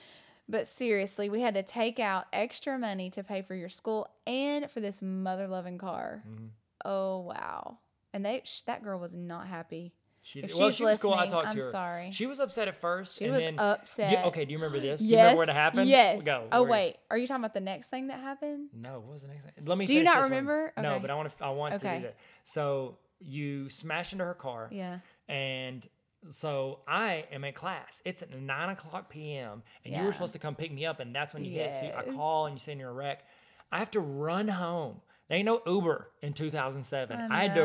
[SPEAKER 2] but seriously, we had to take out extra money to pay for your school and for this mother loving car.
[SPEAKER 1] Mhm.
[SPEAKER 2] Oh wow! And they sh- that girl was not happy.
[SPEAKER 1] She,
[SPEAKER 2] If
[SPEAKER 1] did- well,
[SPEAKER 2] she's
[SPEAKER 1] she was cool. I
[SPEAKER 2] listening,
[SPEAKER 1] talked
[SPEAKER 2] I'm
[SPEAKER 1] to her.
[SPEAKER 2] sorry.
[SPEAKER 1] She was upset at first.
[SPEAKER 2] She
[SPEAKER 1] and
[SPEAKER 2] was
[SPEAKER 1] then, Do-
[SPEAKER 2] upset.
[SPEAKER 1] okay, do you remember this?
[SPEAKER 2] Yes.
[SPEAKER 1] Do you remember when it happened?
[SPEAKER 2] Yes.
[SPEAKER 1] Go.
[SPEAKER 2] Oh
[SPEAKER 1] Where is-
[SPEAKER 2] wait, are you talking about the next thing that happened?
[SPEAKER 1] No, what was the next thing? Let me.
[SPEAKER 2] Do you
[SPEAKER 1] finish
[SPEAKER 2] not
[SPEAKER 1] this one.
[SPEAKER 2] remember?
[SPEAKER 1] No,
[SPEAKER 2] Okay.
[SPEAKER 1] but I want to. I want to
[SPEAKER 2] Okay.
[SPEAKER 1] do that. So you smash into her car,
[SPEAKER 2] Yeah.
[SPEAKER 1] and so I am in class. It's at nine o'clock p.m. and you
[SPEAKER 2] Yeah.
[SPEAKER 1] were supposed to come pick me up, and that's when you hit. So I
[SPEAKER 2] Yes.
[SPEAKER 1] call and you say you're a wreck. I have to run home. There ain't no Uber in 2007.
[SPEAKER 2] I
[SPEAKER 1] I, had to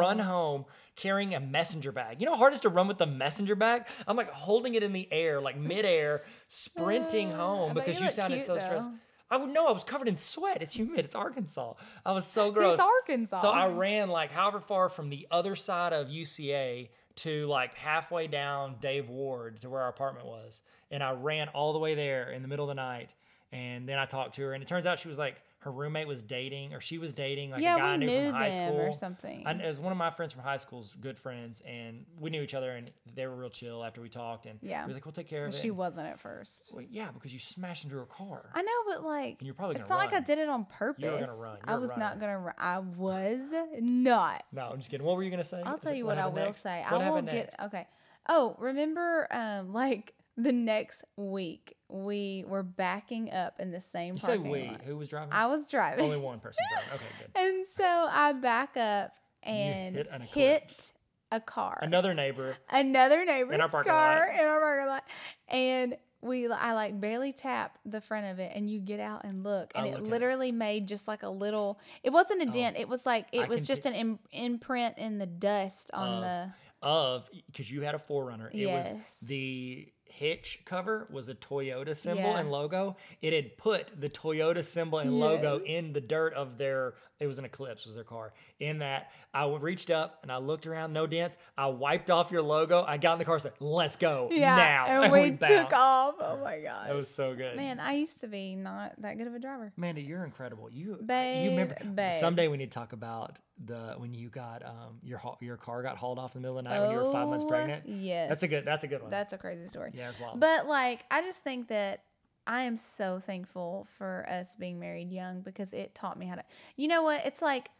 [SPEAKER 1] run home carrying a messenger bag. You know how hard it is to run with the messenger bag? I'm like holding it in the air, like
[SPEAKER 2] [LAUGHS]
[SPEAKER 1] midair, sprinting
[SPEAKER 2] Uh,
[SPEAKER 1] home
[SPEAKER 2] but
[SPEAKER 1] because
[SPEAKER 2] you
[SPEAKER 1] you,
[SPEAKER 2] look
[SPEAKER 1] sounded
[SPEAKER 2] cute,
[SPEAKER 1] so stressed.
[SPEAKER 2] though.
[SPEAKER 1] I would know I was covered in sweat. It's humid. It's Arkansas. I was so gross.
[SPEAKER 2] It's Arkansas.
[SPEAKER 1] So I ran like however far from the other side of UCA to like halfway down Dave Ward to where our apartment was. And I ran all the way there in the middle of the night. And then I talked to her. And it turns out she was like, her roommate was dating or she was dating like
[SPEAKER 2] yeah,
[SPEAKER 1] a guy I
[SPEAKER 2] we
[SPEAKER 1] knew
[SPEAKER 2] knew
[SPEAKER 1] from high
[SPEAKER 2] them
[SPEAKER 1] school.
[SPEAKER 2] or something.
[SPEAKER 1] I, it was one of my friends from high school's good friends. And we knew each other and they were real chill after we talked. And
[SPEAKER 2] Yeah.
[SPEAKER 1] we were like, we'll take care of it.
[SPEAKER 2] she
[SPEAKER 1] And-
[SPEAKER 2] wasn't at first.
[SPEAKER 1] well, yeah, because you smashed into her car.
[SPEAKER 2] I know, but like,
[SPEAKER 1] And you're probably
[SPEAKER 2] it's not
[SPEAKER 1] gonna
[SPEAKER 2] like I
[SPEAKER 1] run.
[SPEAKER 2] did it on purpose.
[SPEAKER 1] gonna run.
[SPEAKER 2] I
[SPEAKER 1] You're a
[SPEAKER 2] was not
[SPEAKER 1] runner.
[SPEAKER 2] gonna run. I was not.
[SPEAKER 1] no, I'm just kidding. What were you going to say?
[SPEAKER 2] I'll
[SPEAKER 1] Is
[SPEAKER 2] tell
[SPEAKER 1] it-
[SPEAKER 2] you what, I
[SPEAKER 1] happened
[SPEAKER 2] will
[SPEAKER 1] next?
[SPEAKER 2] say.
[SPEAKER 1] What
[SPEAKER 2] I will
[SPEAKER 1] happened next?
[SPEAKER 2] get okay. Oh, remember, um, like the next week we were backing up in the same
[SPEAKER 1] You say
[SPEAKER 2] parking
[SPEAKER 1] we.
[SPEAKER 2] lot.
[SPEAKER 1] Who was driving?
[SPEAKER 2] I was driving,
[SPEAKER 1] Only one person driving. Okay, good.
[SPEAKER 2] [LAUGHS] and so I back up and
[SPEAKER 1] hit an
[SPEAKER 2] hit
[SPEAKER 1] eclipse.
[SPEAKER 2] a car.
[SPEAKER 1] Another neighbor.
[SPEAKER 2] another neighbor's
[SPEAKER 1] parking
[SPEAKER 2] car
[SPEAKER 1] lot.
[SPEAKER 2] in our parking lot, and we I like barely tap the front of it, and you get out and look, and
[SPEAKER 1] I
[SPEAKER 2] it
[SPEAKER 1] look at it. Oh,
[SPEAKER 2] literally made just like a little. It wasn't a dent. It was like it
[SPEAKER 1] I
[SPEAKER 2] was
[SPEAKER 1] can
[SPEAKER 2] just an Im- imprint in the dust
[SPEAKER 1] Of-
[SPEAKER 2] on the.
[SPEAKER 1] of because you had a forerunner. It
[SPEAKER 2] Yes.
[SPEAKER 1] was the hitch cover was a Toyota symbol
[SPEAKER 2] Yeah.
[SPEAKER 1] and logo. It had put the Toyota symbol and logo in the dirt of their. It was an Eclipse, was their car. In that, I w- reached up and I looked around, no dents. I wiped off your logo. I got in the car, said, "Let's go
[SPEAKER 2] Yeah,
[SPEAKER 1] now," [LAUGHS]
[SPEAKER 2] and we, took
[SPEAKER 1] bounced.
[SPEAKER 2] off. Oh my god,
[SPEAKER 1] That was so good.
[SPEAKER 2] man! I used to be not that good of a driver.
[SPEAKER 1] Amanda, you're incredible. You
[SPEAKER 2] Babe,
[SPEAKER 1] you remember
[SPEAKER 2] babe.
[SPEAKER 1] someday we need to talk about the when you got um your ha- your car got hauled off in the middle of the night when you were five months
[SPEAKER 2] Oh,
[SPEAKER 1] pregnant.
[SPEAKER 2] Yes,
[SPEAKER 1] That's a good that's a good one.
[SPEAKER 2] That's a crazy story.
[SPEAKER 1] yeah, it's wild.
[SPEAKER 2] But like, I just think that I am so thankful for us being married young because it taught me how to. You know what? It's like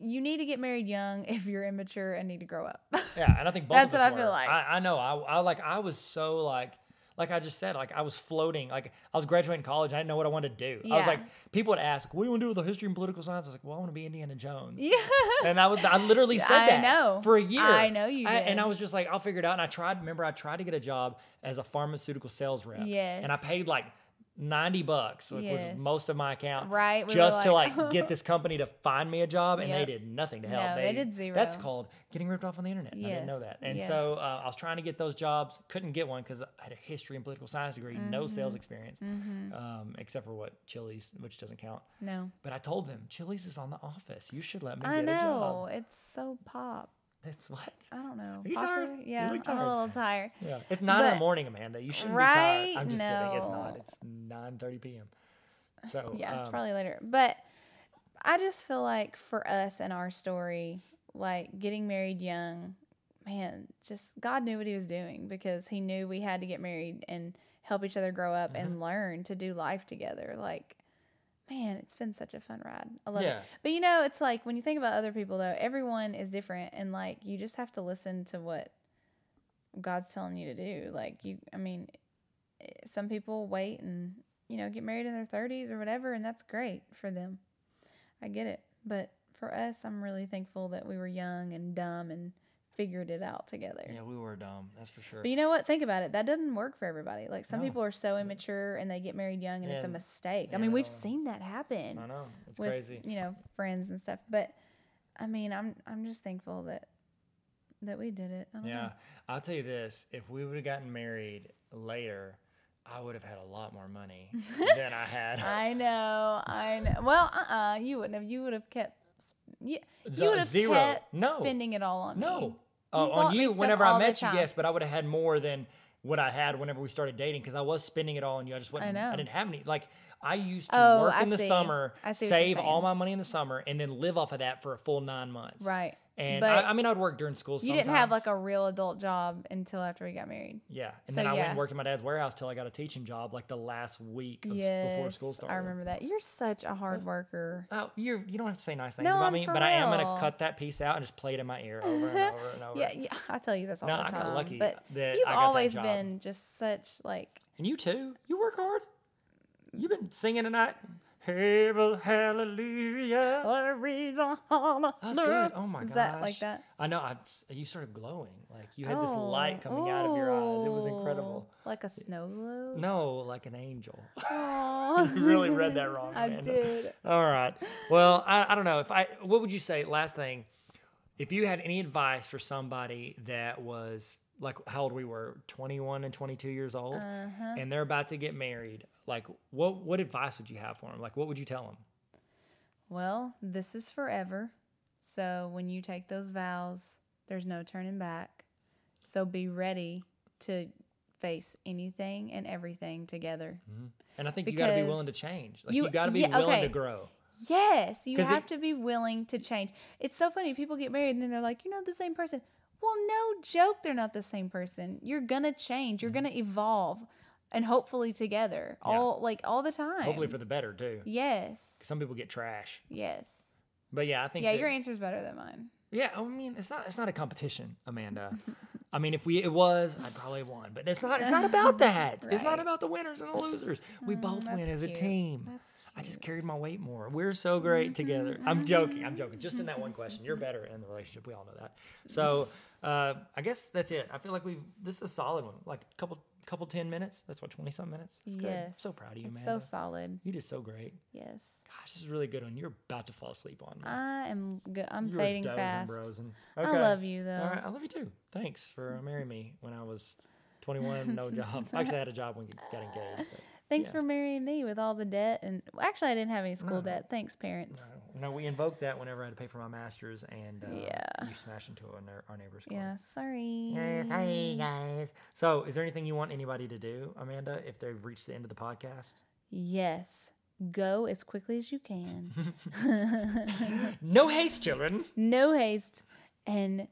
[SPEAKER 2] you need to get married young [LAUGHS] if you're immature and need to grow up. [LAUGHS]
[SPEAKER 1] yeah, and I think both
[SPEAKER 2] That's
[SPEAKER 1] of
[SPEAKER 2] what
[SPEAKER 1] us
[SPEAKER 2] I feel
[SPEAKER 1] were.
[SPEAKER 2] like.
[SPEAKER 1] I, I know. I, I like I was so like like I just said, like I was floating, like I was graduating college. I didn't know what I wanted to do. I
[SPEAKER 2] Yeah.
[SPEAKER 1] was like, people would ask, "What do you want to do with the history and political science?" I was like, "Well, I want to be Indiana Jones."
[SPEAKER 2] yeah.
[SPEAKER 1] And I was, I
[SPEAKER 2] [LAUGHS]
[SPEAKER 1] literally said
[SPEAKER 2] I
[SPEAKER 1] that
[SPEAKER 2] know.
[SPEAKER 1] for a year.
[SPEAKER 2] I know you
[SPEAKER 1] I-
[SPEAKER 2] did.
[SPEAKER 1] And I was just like, I'll figure it out. And I tried. Remember, I tried to get a job as a pharmaceutical sales rep. And I
[SPEAKER 2] Yes.
[SPEAKER 1] paid like ninety bucks, like,
[SPEAKER 2] Yes.
[SPEAKER 1] was most of my account,
[SPEAKER 2] Right, we were
[SPEAKER 1] just to
[SPEAKER 2] like-
[SPEAKER 1] like
[SPEAKER 2] [LAUGHS]
[SPEAKER 1] get this company to find me a job, and
[SPEAKER 2] Yep.
[SPEAKER 1] they did nothing to help.
[SPEAKER 2] No, they did zero.
[SPEAKER 1] That's called getting ripped off on the internet. I didn't know
[SPEAKER 2] Yes,
[SPEAKER 1] that. And so
[SPEAKER 2] yes.
[SPEAKER 1] uh, I was trying to get those jobs, couldn't get one because I had a history and political science degree, no sales
[SPEAKER 2] Mm-hmm.
[SPEAKER 1] experience, um, except for what Chili's, which doesn't count.
[SPEAKER 2] No.
[SPEAKER 1] But I told them Chili's is on the office. You should let me
[SPEAKER 2] I
[SPEAKER 1] get a job.
[SPEAKER 2] know. It's so pop.
[SPEAKER 1] That's what.
[SPEAKER 2] I don't know.
[SPEAKER 1] Are you
[SPEAKER 2] Popular?
[SPEAKER 1] tired? You
[SPEAKER 2] Yeah,
[SPEAKER 1] look
[SPEAKER 2] I'm
[SPEAKER 1] tired.
[SPEAKER 2] a little tired.
[SPEAKER 1] Yeah, it's nine in
[SPEAKER 2] But-
[SPEAKER 1] the morning, Amanda. You shouldn't be
[SPEAKER 2] Right?
[SPEAKER 1] tired. I'm just kidding. It's
[SPEAKER 2] No.
[SPEAKER 1] not. It's nine thirty p.m. So
[SPEAKER 2] Yeah, it's
[SPEAKER 1] um,
[SPEAKER 2] probably later. But I just feel like for us and our story, like getting married young, man, just God knew what he was doing because he knew we had to get married and help each other grow up
[SPEAKER 1] Mm-hmm.
[SPEAKER 2] and learn to do life together. Like, man, it's been such a fun ride. I love
[SPEAKER 1] Yeah.
[SPEAKER 2] it. But you know, it's like when you think about other people though, everyone is different and like you just have to listen to what God's telling you to do. Like you I mean, eh, some people wait and you know, get married in their 30s or whatever and that's great for them. I get it. But for us, I'm really thankful that we were young and dumb and figured it out together.
[SPEAKER 1] Yeah, we were dumb. That's for sure.
[SPEAKER 2] But you know what? Think about it. That doesn't work for everybody. Like some
[SPEAKER 1] No.
[SPEAKER 2] people are so immature and they get married young and it's a
[SPEAKER 1] And-
[SPEAKER 2] mistake. I
[SPEAKER 1] yeah,
[SPEAKER 2] mean,
[SPEAKER 1] they
[SPEAKER 2] we've
[SPEAKER 1] don't-
[SPEAKER 2] seen that happen
[SPEAKER 1] I know. It's
[SPEAKER 2] with
[SPEAKER 1] crazy.
[SPEAKER 2] you know friends and stuff. But I mean, I'm I'm just thankful that that we did it. I don't
[SPEAKER 1] Yeah.
[SPEAKER 2] know.
[SPEAKER 1] I'll tell you this if we would have gotten married later, I would have had a lot more
[SPEAKER 2] [LAUGHS]
[SPEAKER 1] money than I had.
[SPEAKER 2] I know. I know. Well, uh, uh you wouldn't have. You would have kept. sp- You, you
[SPEAKER 1] Z-
[SPEAKER 2] would have
[SPEAKER 1] zero.
[SPEAKER 2] kept
[SPEAKER 1] No.
[SPEAKER 2] spending it all on me.
[SPEAKER 1] No. Oh,
[SPEAKER 2] bought
[SPEAKER 1] on
[SPEAKER 2] me
[SPEAKER 1] you,
[SPEAKER 2] stuff
[SPEAKER 1] whenever
[SPEAKER 2] all
[SPEAKER 1] I
[SPEAKER 2] the
[SPEAKER 1] met you,
[SPEAKER 2] time.
[SPEAKER 1] yes, but I would have had more than what I had whenever we started dating because I was spending it all on you. I just wasn't,
[SPEAKER 2] know.
[SPEAKER 1] didn't have any. Like, I used to
[SPEAKER 2] Oh,
[SPEAKER 1] work
[SPEAKER 2] I
[SPEAKER 1] in the
[SPEAKER 2] see.
[SPEAKER 1] summer,
[SPEAKER 2] I see what you're
[SPEAKER 1] save all
[SPEAKER 2] saying.
[SPEAKER 1] my money in the summer, and then live off of that for a full nine months.
[SPEAKER 2] Right.
[SPEAKER 1] And
[SPEAKER 2] but
[SPEAKER 1] I, I mean, I'd work during school
[SPEAKER 2] you
[SPEAKER 1] sometimes.
[SPEAKER 2] didn't have like a real adult job until after we got married.
[SPEAKER 1] Yeah. And
[SPEAKER 2] So,
[SPEAKER 1] then I went
[SPEAKER 2] yeah.
[SPEAKER 1] and worked in my dad's warehouse till I got a teaching job like the last week of, s-
[SPEAKER 2] Yes,
[SPEAKER 1] before school started.
[SPEAKER 2] I remember that. You're such a hard worker.
[SPEAKER 1] Oh, you're, you don't have to say nice things
[SPEAKER 2] No,
[SPEAKER 1] about
[SPEAKER 2] I'm
[SPEAKER 1] me,
[SPEAKER 2] for
[SPEAKER 1] but I am going
[SPEAKER 2] real.
[SPEAKER 1] to cut that piece out and just play it in my ear over
[SPEAKER 2] [LAUGHS]
[SPEAKER 1] and over and over.
[SPEAKER 2] Yeah, yeah, I tell you this all
[SPEAKER 1] No,
[SPEAKER 2] the
[SPEAKER 1] I
[SPEAKER 2] time.
[SPEAKER 1] got lucky
[SPEAKER 2] but
[SPEAKER 1] that
[SPEAKER 2] you've
[SPEAKER 1] I got that
[SPEAKER 2] always
[SPEAKER 1] job.
[SPEAKER 2] been just such like
[SPEAKER 1] And you too. You work hard. You've been singing tonight. Havel, hallelujah.
[SPEAKER 2] Oh,
[SPEAKER 1] That was good. Oh my gosh.
[SPEAKER 2] Is that like that?
[SPEAKER 1] I know. I, you started glowing. Like you had this light
[SPEAKER 2] Oh,
[SPEAKER 1] coming out of your eyes. It was incredible.
[SPEAKER 2] Ooh, Oh, Like a snow globe.
[SPEAKER 1] No, like an angel.
[SPEAKER 2] Aw.
[SPEAKER 1] [LAUGHS] you really read that wrong.
[SPEAKER 2] [LAUGHS] I
[SPEAKER 1] Amanda.
[SPEAKER 2] did.
[SPEAKER 1] All right. Well, I, I don't know if I. What would you say? Last thing, if you had any advice for somebody that was like how old we were, twenty one and twenty two years old,
[SPEAKER 2] Uh-huh.
[SPEAKER 1] and they're about to get married, like what what advice would you have for them? Like what would you tell them?
[SPEAKER 2] Well, this is forever. So when you take those vows, there's no turning back. So be ready to face anything and everything together.
[SPEAKER 1] And I think you got to be willing to
[SPEAKER 2] Because
[SPEAKER 1] change. Like
[SPEAKER 2] you-
[SPEAKER 1] you, got to be
[SPEAKER 2] yeah,
[SPEAKER 1] willing
[SPEAKER 2] okay.
[SPEAKER 1] to grow.
[SPEAKER 2] Yes, you
[SPEAKER 1] 'Cause it-
[SPEAKER 2] have to be willing to change. It's so funny. People get married and then they're like, you're not the same person. Well, no joke, they're not the same person. You're gonna change. You're gonna evolve, and hopefully together,
[SPEAKER 1] Mm-hmm. Yeah.
[SPEAKER 2] all like all the time.
[SPEAKER 1] Hopefully for the better too.
[SPEAKER 2] yes,
[SPEAKER 1] Some people get trash,
[SPEAKER 2] yes.
[SPEAKER 1] but yeah, I think
[SPEAKER 2] Yeah,
[SPEAKER 1] that-
[SPEAKER 2] your answer's better than mine.
[SPEAKER 1] Yeah, I mean it's not it's not a competition, Amanda. I mean if we it was, I'd probably have won. But it's not it's not about that. It's not
[SPEAKER 2] [LAUGHS] Right. Mm,
[SPEAKER 1] about the winners and the losers. We both win
[SPEAKER 2] that's
[SPEAKER 1] as
[SPEAKER 2] cute.
[SPEAKER 1] a team.
[SPEAKER 2] That's Mm-hmm.
[SPEAKER 1] I just carried my weight more. We're so great together. I'm joking. I'm joking. Just in that one question. You're better in the relationship. We all know that.
[SPEAKER 2] [LAUGHS]
[SPEAKER 1] So uh, I guess that's it. I feel like we've this is a solid one. Like a couple couple ten minutes. That's what, twenty some minutes? That's good. I'm
[SPEAKER 2] yes.
[SPEAKER 1] so proud of you,
[SPEAKER 2] It's
[SPEAKER 1] Amanda.
[SPEAKER 2] so solid.
[SPEAKER 1] you did so great.
[SPEAKER 2] Yes,
[SPEAKER 1] Gosh, this is a really good one. You're about to fall asleep on me.
[SPEAKER 2] I am. Go- I'm
[SPEAKER 1] You were
[SPEAKER 2] fading
[SPEAKER 1] dozing,
[SPEAKER 2] fast.
[SPEAKER 1] brozing.
[SPEAKER 2] I love you though.
[SPEAKER 1] All right, I love you too. Thanks for
[SPEAKER 2] [LAUGHS]
[SPEAKER 1] uh, marrying me when I was 21, no job. Actually, I had a job when I got engaged. but,
[SPEAKER 2] Thanks
[SPEAKER 1] yeah. Uh-huh.
[SPEAKER 2] for marrying me with all the debt and well, actually I didn't have any school debt. Thanks, parents.
[SPEAKER 1] No, no, we invoked that whenever I had to pay for my master's, and uh,
[SPEAKER 2] Yeah.
[SPEAKER 1] you smashed into our, neigh- our neighbor's car.
[SPEAKER 2] Yeah, sorry.
[SPEAKER 1] Yes, hey guys. So, is there anything you want anybody to do, Amanda, if they've reached the end of the
[SPEAKER 2] [LAUGHS]
[SPEAKER 1] podcast?
[SPEAKER 2] Yes. Go as quickly as
[SPEAKER 1] [LAUGHS]
[SPEAKER 2] you can. [LAUGHS]
[SPEAKER 1] No haste, children.
[SPEAKER 2] no haste. And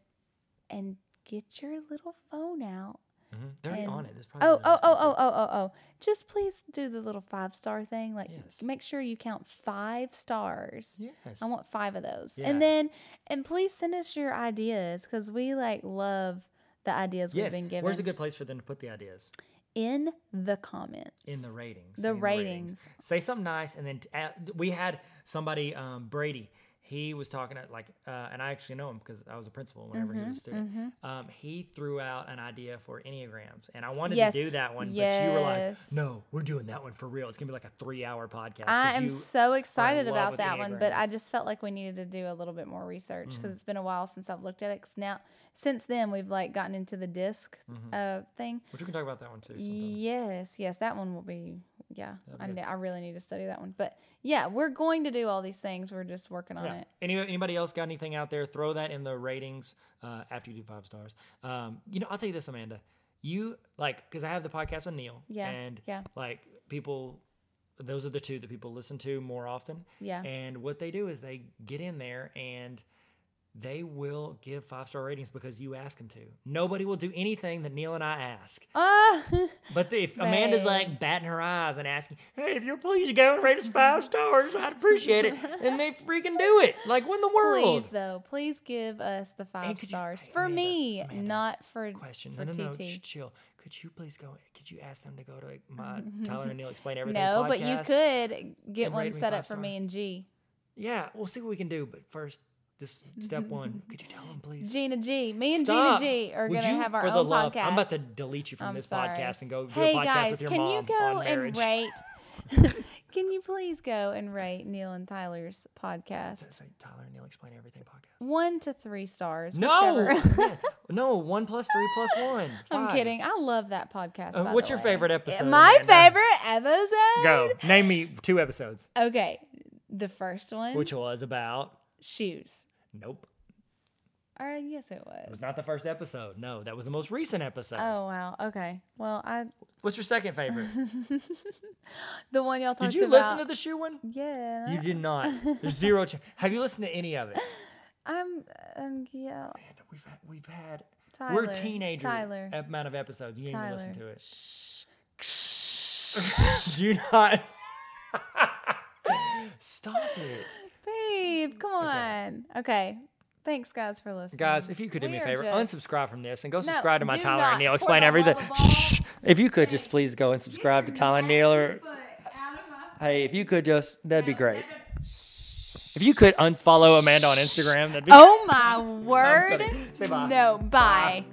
[SPEAKER 2] and get your little phone out.
[SPEAKER 1] Mm-hmm. They're already
[SPEAKER 2] And-
[SPEAKER 1] on it. It's probably
[SPEAKER 2] Oh,
[SPEAKER 1] already
[SPEAKER 2] oh,
[SPEAKER 1] listening
[SPEAKER 2] oh,
[SPEAKER 1] to
[SPEAKER 2] oh,
[SPEAKER 1] it.
[SPEAKER 2] oh, oh, oh. Just please do the little five star thing. Like
[SPEAKER 1] Yes.
[SPEAKER 2] make sure you count five stars.
[SPEAKER 1] Yes.
[SPEAKER 2] I want five of those.
[SPEAKER 1] Yeah.
[SPEAKER 2] And then and please send us your ideas because we like love the ideas
[SPEAKER 1] yes.
[SPEAKER 2] we've been given
[SPEAKER 1] Where's a good place for them to put the ideas?
[SPEAKER 2] in the comments.
[SPEAKER 1] in the ratings.
[SPEAKER 2] The
[SPEAKER 1] in
[SPEAKER 2] ratings.
[SPEAKER 1] Say something nice, and then t- add- we had somebody, um, Brady. He was talking at like, uh, and I actually know him because I was a principal whenever he
[SPEAKER 2] Mm-hmm,
[SPEAKER 1] was a student. Um, he threw out an idea for enneagrams, and I wanted
[SPEAKER 2] Yes.
[SPEAKER 1] to do that one, but you were like,
[SPEAKER 2] Yes.
[SPEAKER 1] "No, we're doing that one for real. It's gonna be like a three-hour podcast." 'cause
[SPEAKER 2] I am
[SPEAKER 1] you-
[SPEAKER 2] so excited
[SPEAKER 1] love
[SPEAKER 2] about
[SPEAKER 1] with the
[SPEAKER 2] that one, but I
[SPEAKER 1] Enneagrams. Mm-hmm.
[SPEAKER 2] just felt like we needed to do a little bit more research because it's been a while since I've looked at it. 'Cause now, since then, we've like gotten into the disk uh, thing.
[SPEAKER 1] Which we Mm-hmm. can talk about that one too. sometime.
[SPEAKER 2] Yes, yes, that one will be. Yeah, I,
[SPEAKER 1] be
[SPEAKER 2] ne- I really need to study that one. But yeah, we're going to do all these things. We're just working on
[SPEAKER 1] Yeah.
[SPEAKER 2] it.
[SPEAKER 1] Any, anybody else got anything out there? Throw that in the ratings uh, after you do five stars. Um, you know, I'll tell you this, Amanda. You like because I have the podcast with Neil.
[SPEAKER 2] Yeah,
[SPEAKER 1] And
[SPEAKER 2] yeah.
[SPEAKER 1] like people, those are the two that people listen to more often.
[SPEAKER 2] Yeah.
[SPEAKER 1] And what they do is they get in there and they will give five star ratings because you ask them to. Nobody will do anything that Neil and I ask.
[SPEAKER 2] [LAUGHS] Oh,
[SPEAKER 1] But if Amanda's like batting her eyes and asking, "Hey, if you'll please go and rate us five stars, I'd appreciate
[SPEAKER 2] [LAUGHS]
[SPEAKER 1] it," and they freaking do it, like what in the world?
[SPEAKER 2] please though, please give us the five
[SPEAKER 1] could you-
[SPEAKER 2] stars
[SPEAKER 1] hey,
[SPEAKER 2] for
[SPEAKER 1] Amanda,
[SPEAKER 2] me,
[SPEAKER 1] Amanda,
[SPEAKER 2] not for
[SPEAKER 1] Question.
[SPEAKER 2] for
[SPEAKER 1] no, no, no.
[SPEAKER 2] TT.
[SPEAKER 1] sh- chill. Could you please go? Could you ask them to go to like, my Tyler and Neil explain everything?
[SPEAKER 2] No, but you
[SPEAKER 1] podcast?
[SPEAKER 2] could
[SPEAKER 1] and
[SPEAKER 2] get
[SPEAKER 1] rate
[SPEAKER 2] one
[SPEAKER 1] me
[SPEAKER 2] set
[SPEAKER 1] five
[SPEAKER 2] up for
[SPEAKER 1] star.
[SPEAKER 2] me and G.
[SPEAKER 1] Yeah, we'll see what we can do. But first, this
[SPEAKER 2] [LAUGHS]
[SPEAKER 1] step one. Could you tell them, please?
[SPEAKER 2] Gina G. Me and
[SPEAKER 1] Stop.
[SPEAKER 2] Gina G. are
[SPEAKER 1] Would
[SPEAKER 2] going to
[SPEAKER 1] you-
[SPEAKER 2] have our
[SPEAKER 1] for
[SPEAKER 2] own
[SPEAKER 1] the love,
[SPEAKER 2] podcast.
[SPEAKER 1] I'm about to delete you from
[SPEAKER 2] I'm
[SPEAKER 1] this
[SPEAKER 2] sorry.
[SPEAKER 1] podcast and go do
[SPEAKER 2] hey
[SPEAKER 1] a podcast
[SPEAKER 2] guys,
[SPEAKER 1] with your
[SPEAKER 2] can
[SPEAKER 1] mom
[SPEAKER 2] you
[SPEAKER 1] on
[SPEAKER 2] go and
[SPEAKER 1] marriage.
[SPEAKER 2] rate?
[SPEAKER 1] [LAUGHS]
[SPEAKER 2] [LAUGHS] can you please go and rate Neil and Tyler's podcast?
[SPEAKER 1] Say Tyler and Neil explain everything podcast.
[SPEAKER 2] One to three stars.
[SPEAKER 1] No,
[SPEAKER 2] whichever. [LAUGHS]
[SPEAKER 1] no. One plus three plus one.
[SPEAKER 2] I'm
[SPEAKER 1] Five.
[SPEAKER 2] kidding. I love that podcast.
[SPEAKER 1] Uh,
[SPEAKER 2] by
[SPEAKER 1] what's
[SPEAKER 2] the
[SPEAKER 1] your
[SPEAKER 2] way. Eh,
[SPEAKER 1] favorite episode,
[SPEAKER 2] My
[SPEAKER 1] Amanda?
[SPEAKER 2] favorite episode.
[SPEAKER 1] Go name me two episodes.
[SPEAKER 2] Okay, the first one.
[SPEAKER 1] Which was about?
[SPEAKER 2] shoes?
[SPEAKER 1] Nope,
[SPEAKER 2] Or yes, it
[SPEAKER 1] it
[SPEAKER 2] was.
[SPEAKER 1] was not the first episode. No, that was the most recent episode.
[SPEAKER 2] Oh wow. Okay. Well, I
[SPEAKER 1] What's your second
[SPEAKER 2] [LAUGHS]
[SPEAKER 1] favorite?
[SPEAKER 2] the one y'all talked
[SPEAKER 1] Did you
[SPEAKER 2] about.
[SPEAKER 1] listen to the shoe
[SPEAKER 2] [LAUGHS]
[SPEAKER 1] one?
[SPEAKER 2] Yeah.
[SPEAKER 1] You did not. There's zero. Ch- Have you listened to any of it?
[SPEAKER 2] I'm. Um. Yeah.
[SPEAKER 1] And we've had, we've had we're
[SPEAKER 2] Tyler,
[SPEAKER 1] teenager
[SPEAKER 2] Tyler.
[SPEAKER 1] amount of episodes. You didn't even listen to
[SPEAKER 2] Tyler.
[SPEAKER 1] it. [LAUGHS] Do you not. Stop it.
[SPEAKER 2] Babe, come on. Okay. Thanks, guys, for listening.
[SPEAKER 1] Guys, if you could do me
[SPEAKER 2] We
[SPEAKER 1] a
[SPEAKER 2] are
[SPEAKER 1] favor,
[SPEAKER 2] just-
[SPEAKER 1] unsubscribe from this and go subscribe to my
[SPEAKER 2] do
[SPEAKER 1] Tyler
[SPEAKER 2] not.
[SPEAKER 1] and Neil
[SPEAKER 2] For
[SPEAKER 1] explain
[SPEAKER 2] the
[SPEAKER 1] everything.
[SPEAKER 2] love of all-
[SPEAKER 1] Shh. If you could just please go and subscribe to Tyler and Neil or Hey, if you could just that'd be great. If you could unfollow Amanda on Instagram, that'd be
[SPEAKER 2] Oh my
[SPEAKER 1] I'm
[SPEAKER 2] word.
[SPEAKER 1] kidding. Say bye.
[SPEAKER 2] No, bye.